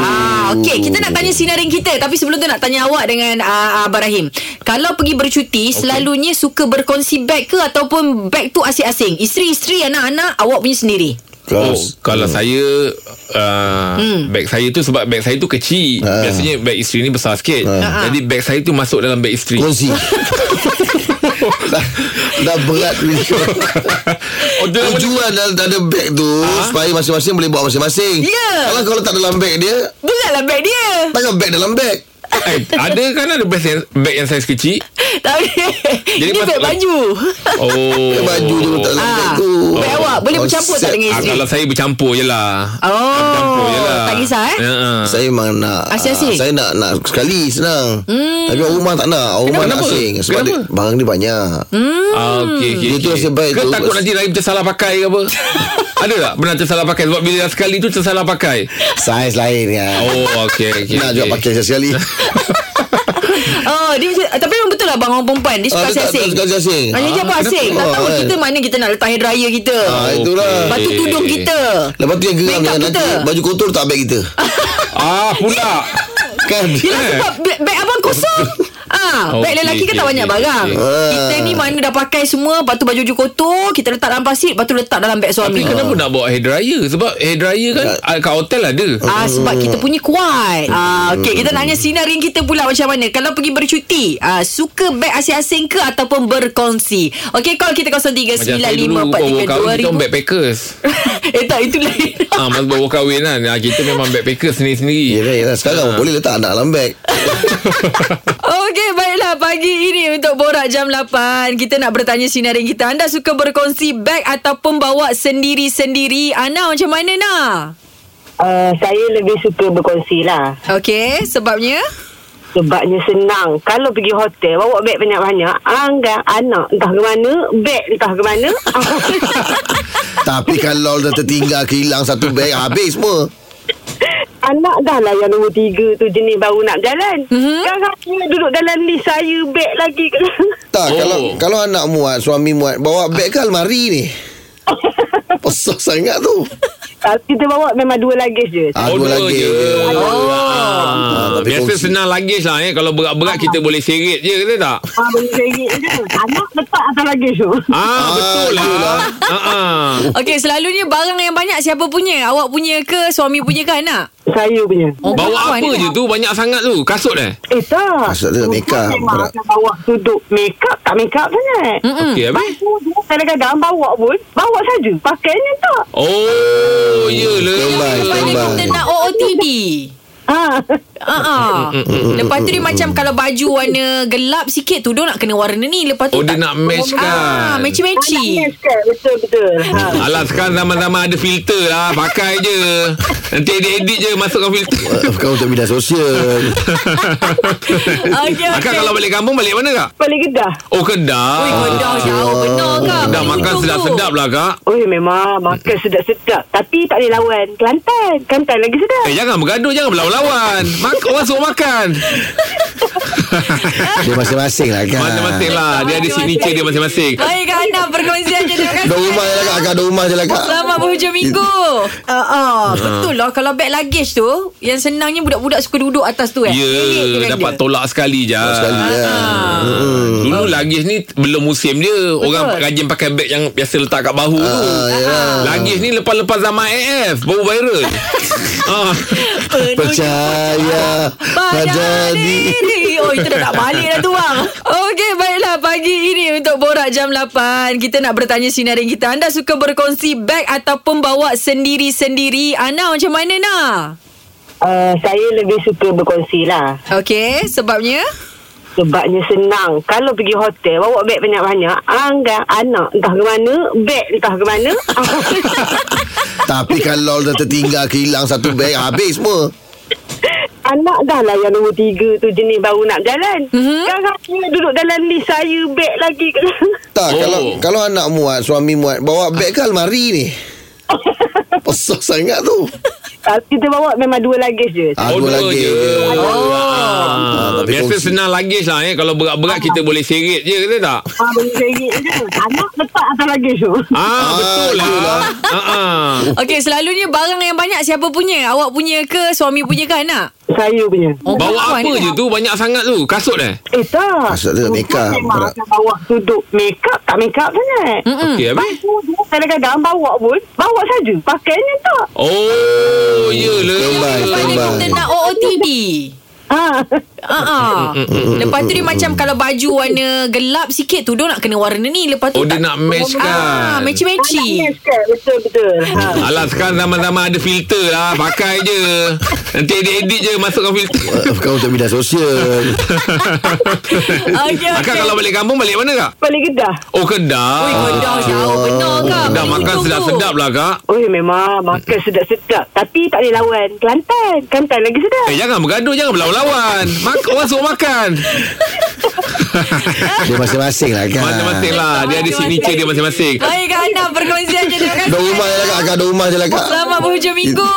[SPEAKER 2] Ah, okey, kita nak tanya sinarin kita tapi sebelum tu nak tanya awak dengan uh, Abang Rahim. Kalau pergi bercuti, selalunya suka berkongsi beg ke ataupun beg tu asing-asing? Isteri-isteri, anak-anak, awak punya sendiri.
[SPEAKER 3] Kalau
[SPEAKER 4] Oh, kalau saya uh,
[SPEAKER 2] Hmm.
[SPEAKER 4] Beg saya tu Sebab beg saya tu kecil
[SPEAKER 3] Ah.
[SPEAKER 4] Biasanya beg isteri ni besar sikit
[SPEAKER 2] Ha.
[SPEAKER 4] Jadi beg saya tu Masuk dalam beg isteri
[SPEAKER 3] kongsi. dah, dah berat ni.
[SPEAKER 4] Oh, dia-
[SPEAKER 3] Tujuan dah, dah ada beg tu supaya masing-masing boleh bawa masing-masing.
[SPEAKER 2] Ah. Ya.
[SPEAKER 3] Kalau kalau tak dalam beg dia,
[SPEAKER 2] Beratlah beg dia.
[SPEAKER 3] takkan beg dalam beg.
[SPEAKER 4] eh, Ada kan ada beg yang, beg yang saiz kecil
[SPEAKER 2] Tapi
[SPEAKER 4] Jadi
[SPEAKER 2] ini
[SPEAKER 4] pas-
[SPEAKER 2] beg baju.
[SPEAKER 4] Oh
[SPEAKER 3] Oh. Baju je pun tak dalam
[SPEAKER 2] Ah,
[SPEAKER 3] beg tu.
[SPEAKER 2] beg awak boleh
[SPEAKER 3] Oh,
[SPEAKER 2] bercampur tak
[SPEAKER 3] set.
[SPEAKER 2] dengan
[SPEAKER 4] ah,
[SPEAKER 2] isteri?
[SPEAKER 4] Kalau saya bercampur je lah
[SPEAKER 2] Oh,
[SPEAKER 4] Bercampur je lah
[SPEAKER 2] tak kisah eh?
[SPEAKER 4] Ya, ah.
[SPEAKER 3] Saya memang nak
[SPEAKER 2] Asing-asing?
[SPEAKER 3] ah, Saya nak nak sekali senang hmm. Tapi orang rumah tak nak Orang rumah nak
[SPEAKER 4] Kenapa?
[SPEAKER 3] asing Sebab dia,
[SPEAKER 4] Kenapa?
[SPEAKER 3] barang dia banyak
[SPEAKER 2] Hmm.
[SPEAKER 4] Ah, okay, okay,
[SPEAKER 3] Dia tu nasib baik
[SPEAKER 4] Ke
[SPEAKER 3] tu.
[SPEAKER 4] takut nanti Rahim tersalah pakai ke apa Ada tak pernah tersalah pakai Sebab bila dah sekali tu tersalah pakai
[SPEAKER 3] Saiz lain kan
[SPEAKER 4] Oh okay, okay
[SPEAKER 3] Nak juga pakai Ah, sekali
[SPEAKER 2] Oh, dia macam, tapi memang betul lah bang orang perempan dia suka
[SPEAKER 3] Ah, dia tak-
[SPEAKER 2] asing.
[SPEAKER 3] tak suka asing.
[SPEAKER 2] Hanya dia
[SPEAKER 4] Ah, eh.
[SPEAKER 2] apa
[SPEAKER 4] kenapa?
[SPEAKER 2] asing? Tak
[SPEAKER 3] Ah,
[SPEAKER 2] tahu
[SPEAKER 3] kan.
[SPEAKER 2] kita mana kita nak letak hair dryer kita.
[SPEAKER 3] Ah, itulah.
[SPEAKER 2] Lepas tu tudung
[SPEAKER 4] Eh.
[SPEAKER 2] kita.
[SPEAKER 3] Lepas tu yang geram
[SPEAKER 2] Makeup
[SPEAKER 3] yang
[SPEAKER 2] kita.
[SPEAKER 3] nanti Baju kotor tak beg kita
[SPEAKER 4] Ah pula
[SPEAKER 3] Kan
[SPEAKER 2] Yelah
[SPEAKER 4] Eh.
[SPEAKER 2] sebab beg, beg abang kosong. Ah, beg
[SPEAKER 4] Okey,
[SPEAKER 2] lelaki kan
[SPEAKER 4] okey,
[SPEAKER 2] tak banyak
[SPEAKER 4] okey,
[SPEAKER 2] barang.
[SPEAKER 4] okey.
[SPEAKER 3] Ah.
[SPEAKER 2] Kita ni mana dah pakai semua, lepas tu baju-baju kotor, kita letak dalam pasir, lepas tu letak dalam beg
[SPEAKER 4] Tapi
[SPEAKER 2] suami.
[SPEAKER 4] kenapa
[SPEAKER 3] Ah.
[SPEAKER 4] nak bawa hair dryer Sebab hair dryer kan
[SPEAKER 3] Ya.
[SPEAKER 4] ah, Kat hotel ada
[SPEAKER 2] Ah sebab kita punya kuat. Ah okey kita nanya sinarin kita pula macam mana kalau pergi bercuti. Ah suka beg asing-asing ke ataupun berkongsi. Okey call kita
[SPEAKER 4] Macam saya dulu Bawa kahwin Kita orang
[SPEAKER 2] 0395432000.
[SPEAKER 4] backpackers
[SPEAKER 2] eh tak itu lain.
[SPEAKER 4] Ah, masa bawa kahwin kan ah, Kita memang backpackers sendiri-sendiri
[SPEAKER 3] Yelah yelah Ya,
[SPEAKER 2] Ah.
[SPEAKER 3] Sekarang boleh letak anak dalam beg
[SPEAKER 2] Okey baiklah pagi ini untuk borak jam 8 kita nak bertanya sinarin kita anda suka berkongsi beg ataupun bawa sendiri-sendiri Ana macam mana nak?
[SPEAKER 8] Uh, saya lebih suka berkongsi lah
[SPEAKER 2] Okey sebabnya
[SPEAKER 8] Sebabnya senang Kalau pergi hotel Bawa beg banyak-banyak Ah, Angkat anak Entah ke mana Beg entah ke mana
[SPEAKER 3] Tapi kalau dah tertinggal Kehilang satu beg Habis semua
[SPEAKER 8] Anak dah lah yang nombor tiga tu Jenis baru nak jalan Sekarang mm-hmm. duduk dalam list saya Beg lagi
[SPEAKER 3] tak,
[SPEAKER 4] Oh.
[SPEAKER 3] kalau kalau anak muat, suami muat, bawa beg ke almari ni? Pesat sangat tu.
[SPEAKER 8] uh, Kita bawa memang dua luggage je
[SPEAKER 3] Ah, dua lagi.
[SPEAKER 4] Oh.
[SPEAKER 3] Ah,
[SPEAKER 4] Ah,
[SPEAKER 3] tapi
[SPEAKER 4] Biasa
[SPEAKER 3] kongsi.
[SPEAKER 4] senang lagi lah eh. Kalau berat-berat kita boleh seret je Kata tak
[SPEAKER 8] Ah, benda sengit je. Anak letak atas luggage tu
[SPEAKER 4] Ah, betul lah.
[SPEAKER 3] itulah.
[SPEAKER 4] Ah, ah.
[SPEAKER 2] Okey selalunya barang yang banyak siapa punya? Awak punya ke suami punya ke anak?
[SPEAKER 8] Saya punya
[SPEAKER 2] Oh,
[SPEAKER 4] Bawa
[SPEAKER 2] perempuan
[SPEAKER 4] apa
[SPEAKER 2] ni.
[SPEAKER 4] je tu Banyak sangat tu Kasut eh
[SPEAKER 8] Eh tak
[SPEAKER 3] Maksud dia make up,
[SPEAKER 8] Memang
[SPEAKER 3] berat.
[SPEAKER 8] akan bawa Duduk make up Tak make up sangat
[SPEAKER 4] Okey habis
[SPEAKER 8] Baju dia kadang-kadang bawa pun Bawa saja Pakainya tak
[SPEAKER 4] Oh, oh yelah.
[SPEAKER 3] standby,
[SPEAKER 2] Mana
[SPEAKER 3] standby.
[SPEAKER 2] kita nak OOTD?
[SPEAKER 5] Ha.
[SPEAKER 2] Ah,
[SPEAKER 4] Mm,
[SPEAKER 2] ah. Lepas tu dia macam kalau baju warna gelap sikit tu dia nak kena warna ni lepas tu
[SPEAKER 4] Oh, dia nak match
[SPEAKER 2] Ah,
[SPEAKER 4] kan?
[SPEAKER 2] match-match.
[SPEAKER 5] kan. Betul betul. Ha.
[SPEAKER 4] Alah sekarang zaman-zaman ada filter lah Pakai je Nanti edit-edit je Masukkan filter
[SPEAKER 3] Kau macam bidang sosial
[SPEAKER 2] Okey,
[SPEAKER 4] Akak
[SPEAKER 2] Ya, okey.
[SPEAKER 4] kalau balik kampung Balik mana kak?
[SPEAKER 5] Balik Kedah.
[SPEAKER 4] Oh Kedah
[SPEAKER 2] Oi, Kedah jauh benar kak.
[SPEAKER 4] Kedah
[SPEAKER 2] Boleh
[SPEAKER 4] makan
[SPEAKER 2] hitung tu.
[SPEAKER 4] sedap-sedap lah kak
[SPEAKER 5] Oh memang makan sedap-sedap Tapi tak boleh lawan Kelantan Kelantan lagi sedap
[SPEAKER 4] Eh jangan bergaduh Jangan berlawan-lawan Mak Orang suruh makan
[SPEAKER 3] Dia masing-masing lah kan
[SPEAKER 4] Masing-masing lah Dia ada signature dia masing-masing
[SPEAKER 2] Baik Kak Ana perkongsian je terima
[SPEAKER 3] Dua
[SPEAKER 2] kasih.
[SPEAKER 3] rumah
[SPEAKER 4] ya.
[SPEAKER 3] je lah kak Akak dua rumah je lah kak
[SPEAKER 2] Selamat berhujung minggu. Ah, ah, betul lah kalau bag luggage tu yang senangnya budak-budak suka duduk atas tu eh.
[SPEAKER 4] Ya
[SPEAKER 2] Pelik je kan
[SPEAKER 4] Dapat
[SPEAKER 2] dia.
[SPEAKER 4] tolak sekali je
[SPEAKER 3] Sekali lah
[SPEAKER 2] Ah,
[SPEAKER 4] Ah, Dulu lagis ni Belum musim dia Orang rajin pakai beg Yang biasa letak kat bahu tu Lagis ni lepas-lepas zaman AF Baru viral Ah.
[SPEAKER 3] Percaya Pada diri
[SPEAKER 2] diri Oh itu dah tak balik dah tu bang Okey baiklah Pagi ini untuk Borak Jam 8 Kita nak bertanya sinarin kita Anda suka berkongsi beg Ataupun bawa sendiri-sendiri Ana macam mana nak?
[SPEAKER 5] uh, Saya lebih suka berkongsi lah
[SPEAKER 2] Okey sebabnya
[SPEAKER 5] Sebabnya senang Kalau pergi hotel Bawa beg banyak-banyak Angkat anak Entah ke mana Beg entah ke mana
[SPEAKER 3] Tapi kalau dah tertinggal Kehilang satu beg Habis semua
[SPEAKER 5] Anak dah lah yang nombor tiga tu jenis baru nak jalan mm-hmm. Sekarang duduk dalam list saya Beg lagi
[SPEAKER 3] tak,
[SPEAKER 4] Oh.
[SPEAKER 3] oh. kalau kalau anak muat, suami muat, bawa beg ke almari ni? Pesah sangat tu.
[SPEAKER 5] Ah, Kita bawa memang dua luggage je
[SPEAKER 3] Ah, dua lagi.
[SPEAKER 4] Oh. Ah,
[SPEAKER 3] tapi
[SPEAKER 4] Biasa
[SPEAKER 3] kongsi.
[SPEAKER 4] senang lagis lah eh. Kalau berat-berat kita boleh seret je Kata tak?
[SPEAKER 5] Ah, beli seri je. Anak letak atas luggage tu
[SPEAKER 4] Ah, betul lah. Ah, ah.
[SPEAKER 2] Okey selalunya barang yang banyak Siapa punya? Awak punya ke Suami punya ke anak?
[SPEAKER 5] Saya punya
[SPEAKER 2] Oh,
[SPEAKER 4] Bawa
[SPEAKER 2] kawan
[SPEAKER 4] apa
[SPEAKER 2] ni.
[SPEAKER 4] je tu Banyak sangat tu Kasut eh
[SPEAKER 5] Eh tak
[SPEAKER 3] Maksud dia make up.
[SPEAKER 5] Memang
[SPEAKER 3] Berat.
[SPEAKER 5] akan bawa duduk Make up tak make up sangat hmm?
[SPEAKER 4] Okey habis
[SPEAKER 5] Baju dia kadang-kadang bawa pun Bawa saja Pakainya tak
[SPEAKER 4] Oh Yelah
[SPEAKER 3] Standby,
[SPEAKER 2] Sebabnya
[SPEAKER 3] standby.
[SPEAKER 2] kita nak OOTD
[SPEAKER 5] ha.
[SPEAKER 4] Mm,
[SPEAKER 2] Ah, ah. Lepas tu dia macam kalau baju warna gelap sikit tu dia nak kena warna ni lepas tu
[SPEAKER 4] Oh, dia nak match
[SPEAKER 2] Ah,
[SPEAKER 4] kan?
[SPEAKER 2] match-matchy.
[SPEAKER 5] Betul-betul ha.
[SPEAKER 4] Alah sekarang zaman-zaman ada filter lah Pakai je Nanti edit-edit je Masukkan filter
[SPEAKER 3] Eh, Kau macam bidang sosial.
[SPEAKER 2] Okey,
[SPEAKER 4] Akak
[SPEAKER 2] okey.
[SPEAKER 4] kalau balik kampung Balik mana kak?
[SPEAKER 5] Balik Kedah
[SPEAKER 4] Oh Kedah
[SPEAKER 2] Ui, Kedah jauh benar kak.
[SPEAKER 4] Kedah
[SPEAKER 2] Boleh
[SPEAKER 4] makan
[SPEAKER 2] hitung tu.
[SPEAKER 4] sedap-sedap lah kak
[SPEAKER 5] Oh memang makan sedap-sedap Tapi tak boleh lawan Kelantan Kelantan lagi sedap
[SPEAKER 4] Eh jangan bergaduh Jangan berlawan-lawan Mak- Orang suruh makan
[SPEAKER 3] Dia masing-masing lah kan.
[SPEAKER 4] Masing-masing lah Dia ada signature dia masing-masing
[SPEAKER 2] Baik Kak Ana perkongsian je terima
[SPEAKER 3] Dua
[SPEAKER 2] kasih.
[SPEAKER 3] rumah je lah kak, akak dua rumah je lah kak.
[SPEAKER 2] Selamat berhujung minggu.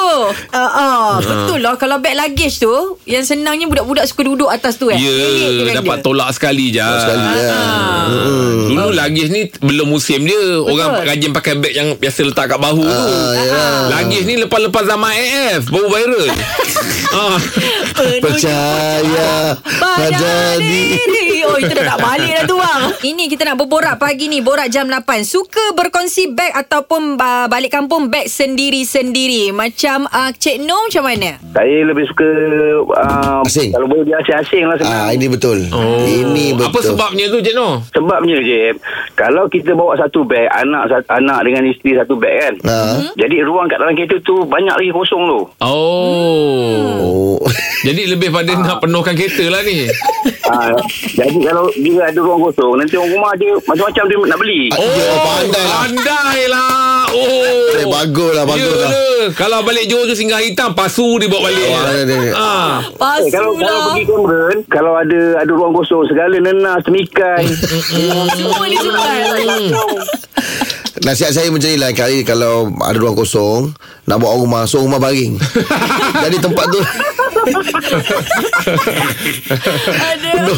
[SPEAKER 2] Ah, ah, betul lah kalau bag luggage tu yang senangnya budak-budak suka duduk atas tu eh.
[SPEAKER 4] Ya
[SPEAKER 2] Pelik je kan
[SPEAKER 4] Dapat
[SPEAKER 2] dia.
[SPEAKER 4] tolak sekali je
[SPEAKER 3] Sekali Hmm. lah.
[SPEAKER 2] Ah.
[SPEAKER 4] Dulu lagis ni belum musim dia. Orang rajin pakai beg yang biasa letak kat bahu tu.
[SPEAKER 3] Ah, yelah.
[SPEAKER 4] Lagis ni lepas-lepas zaman AF baru viral. ah.
[SPEAKER 3] Percaya pada
[SPEAKER 2] Pada
[SPEAKER 3] diri.
[SPEAKER 2] diri Oh itu dah tak balik dah tu bang Ini kita nak berborak pagi ni Borak jam 8 Suka berkongsi beg Ataupun uh, balik kampung Beg sendiri-sendiri Macam uh, Cik No macam mana?
[SPEAKER 6] Saya lebih suka uh,
[SPEAKER 3] Asing.
[SPEAKER 6] Kalau boleh dia asing-asing lah senang
[SPEAKER 3] Ah, ini betul. Ini betul.
[SPEAKER 4] Oh. Apa sebabnya tu Cik Noh?
[SPEAKER 6] Sebabnya je Kalau kita bawa satu beg Anak sat- anak dengan isteri satu beg kan
[SPEAKER 3] Ah.
[SPEAKER 6] Jadi ruang kat dalam kereta tu Banyak lagi kosong tu
[SPEAKER 2] Hmm.
[SPEAKER 4] Oh.
[SPEAKER 3] Oh.
[SPEAKER 4] Jadi lebih pada
[SPEAKER 3] Ah.
[SPEAKER 4] nak penuhkan kereta lah ni.
[SPEAKER 6] ha, Jadi kalau bila ada ruang kosong Nanti orang rumah dia Macam-macam dia nak beli
[SPEAKER 3] Ah, dia pandai lah.
[SPEAKER 4] Pandai lah. Oh.
[SPEAKER 3] Eh, bagus lah, bagus
[SPEAKER 4] Yalah.
[SPEAKER 3] lah. Ya,
[SPEAKER 4] Kalau balik Johor tu singgah hitam, pasu dia bawa balik.
[SPEAKER 3] Wah, dia- dia-
[SPEAKER 4] Ah.
[SPEAKER 2] Pasu
[SPEAKER 6] Eh, kalau kalau
[SPEAKER 2] lah
[SPEAKER 6] pergi Cameron, kalau ada ada ruang kosong, segala nenas, temikan.
[SPEAKER 2] Semua ni sempat
[SPEAKER 3] Nasihat saya macam ni lah Kali kalau ada ruang kosong Nak buat orang rumah So rumah baring Jadi tempat tu
[SPEAKER 2] Aduh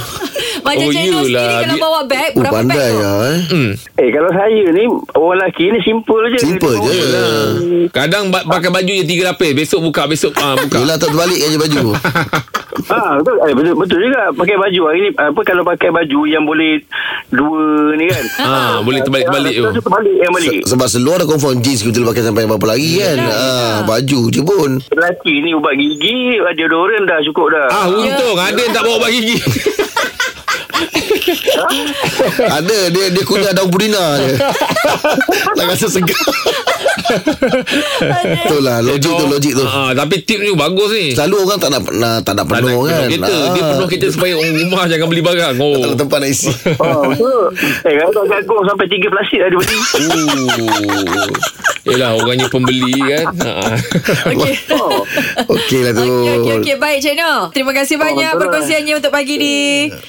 [SPEAKER 2] Macam
[SPEAKER 4] Oh,
[SPEAKER 2] Cik No
[SPEAKER 4] yelah.
[SPEAKER 2] sendiri Kalau
[SPEAKER 4] Dia-
[SPEAKER 2] bawa beg
[SPEAKER 3] Oh
[SPEAKER 2] Berapa beg
[SPEAKER 3] pandai
[SPEAKER 2] tu?
[SPEAKER 3] lah eh.
[SPEAKER 6] eh, kalau saya ni, orang lelaki ni simple je.
[SPEAKER 3] Simple je
[SPEAKER 4] Kadang ba- pakai baju je tiga lapis. Besok buka, besok ah, buka.
[SPEAKER 3] Yelah tak terbalik je baju
[SPEAKER 6] Ha, betul, eh, betul, betul juga pakai baju hari ni. Apa kalau pakai baju yang boleh dua ni kan?
[SPEAKER 4] Ah, boleh terbalik-terbalik tu.
[SPEAKER 6] tu. Terbalik yang balik.
[SPEAKER 3] Se- Sebab seluar dah confirm Jeans kita boleh pakai sampai berapa lagi kan ah, Baju je pun
[SPEAKER 6] Lelaki ni ubat gigi, ada orang dah cukup dah.
[SPEAKER 4] Ah untung ada yang tak bawa ubat gigi.
[SPEAKER 3] Ada Dia dia kunyah daun purina je Tak rasa segar Betul lah Logik tu logik tu
[SPEAKER 4] Ah, tapi tip ni bagus ni.
[SPEAKER 3] Selalu orang tak nak, nak tak nak
[SPEAKER 4] Eh, Tak nak
[SPEAKER 3] penuh kan
[SPEAKER 4] penuh kereta. Dia penuh kereta supaya orang rumah jangan beli barang. Oh.
[SPEAKER 3] Kalau tempat nak isi
[SPEAKER 6] Ah,
[SPEAKER 7] Oh, betul. Eh, kalau tak jagung sampai tiga plastik ada benda ni.
[SPEAKER 4] Oh. Yelah orangnya pembeli kan. Ah.
[SPEAKER 2] Okey.
[SPEAKER 3] Okey lah tu
[SPEAKER 2] Okey, okey, okey. Baik, Cik Noh. Terima kasih banyak
[SPEAKER 7] betul.
[SPEAKER 2] perkongsiannya untuk pagi ni.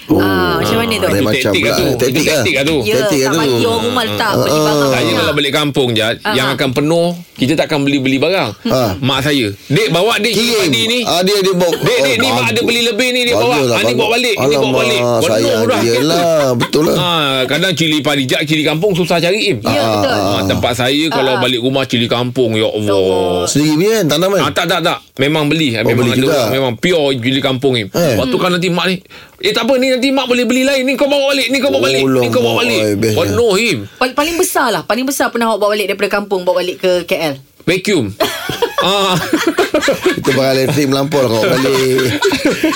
[SPEAKER 3] Oh.
[SPEAKER 2] Ah, macam mana tu?
[SPEAKER 3] Lain
[SPEAKER 4] Itu
[SPEAKER 3] macam
[SPEAKER 4] taktik
[SPEAKER 3] pula.
[SPEAKER 4] lah tu. Itu
[SPEAKER 3] Taktik lah.
[SPEAKER 4] taktik lah tu. ah.
[SPEAKER 2] Ya,
[SPEAKER 3] Cantik
[SPEAKER 2] tak
[SPEAKER 3] kan tu?
[SPEAKER 2] bagi orang rumah letak beli barang.
[SPEAKER 3] Ah.
[SPEAKER 4] Saya
[SPEAKER 2] banyak.
[SPEAKER 4] kalau balik kampung je
[SPEAKER 2] Ah,
[SPEAKER 4] Yang
[SPEAKER 2] ah.
[SPEAKER 4] akan penuh Kita takkan beli-beli barang
[SPEAKER 3] Ah.
[SPEAKER 4] Mak saya Dek bawa dek Kiri
[SPEAKER 3] Kirim
[SPEAKER 4] padi ni
[SPEAKER 3] ah, Dia dia bawa Ah, lah,
[SPEAKER 4] Dek dek ni mak ada beli lebih ni Dek bawa ah, Ni bawa balik Ni bawa balik Penuh
[SPEAKER 3] Sayang
[SPEAKER 4] dah
[SPEAKER 3] dia
[SPEAKER 4] kereta.
[SPEAKER 3] lah Betul lah
[SPEAKER 4] Ha, kadang cili padi jak cili kampung susah cari im.
[SPEAKER 3] Ah,
[SPEAKER 2] Ya, betul. Ah,
[SPEAKER 4] Ha, tempat saya kalau balik rumah cili kampung ya Allah.
[SPEAKER 3] Sendiri punya kan Tanam kan
[SPEAKER 4] Ah, tak tak tak Memang beli oh, Memang
[SPEAKER 3] beli juga.
[SPEAKER 4] orang- Memang pure Juli kampung ni
[SPEAKER 3] Eh.
[SPEAKER 4] eh. Waktu kan nanti mak ni Eh tak apa ni Nanti mak boleh beli lain Ni kau bawa balik Ni kau bawa balik Ni
[SPEAKER 3] Alamak,
[SPEAKER 4] kau bawa balik
[SPEAKER 3] eh, bestnya.
[SPEAKER 4] Penuh him
[SPEAKER 2] Paling, paling besar lah. Paling besar pernah awak bawa balik daripada kampung. Bawa balik ke KL.
[SPEAKER 4] Vacuum ah.
[SPEAKER 3] Kita barang elektrik melampau lah Kau balik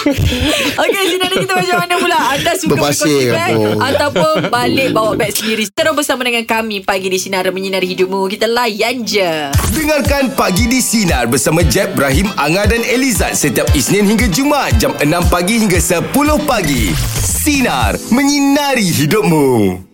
[SPEAKER 2] Okey, sinar kita macam mana pula? Anda suka
[SPEAKER 3] Berpasir
[SPEAKER 2] berkongsi
[SPEAKER 3] kampung.
[SPEAKER 2] beg ataupun balik bawa beg sendiri. Terus bersama dengan kami pagi di Sinar Menyinari Hidupmu. Kita layan je.
[SPEAKER 1] Dengarkan Pagi di Sinar bersama Jeb, Ibrahim, Anga dan Elizad setiap Isnin hingga Jumaat jam 6 pagi hingga 10 pagi. Sinar. Menyinari hidupmu.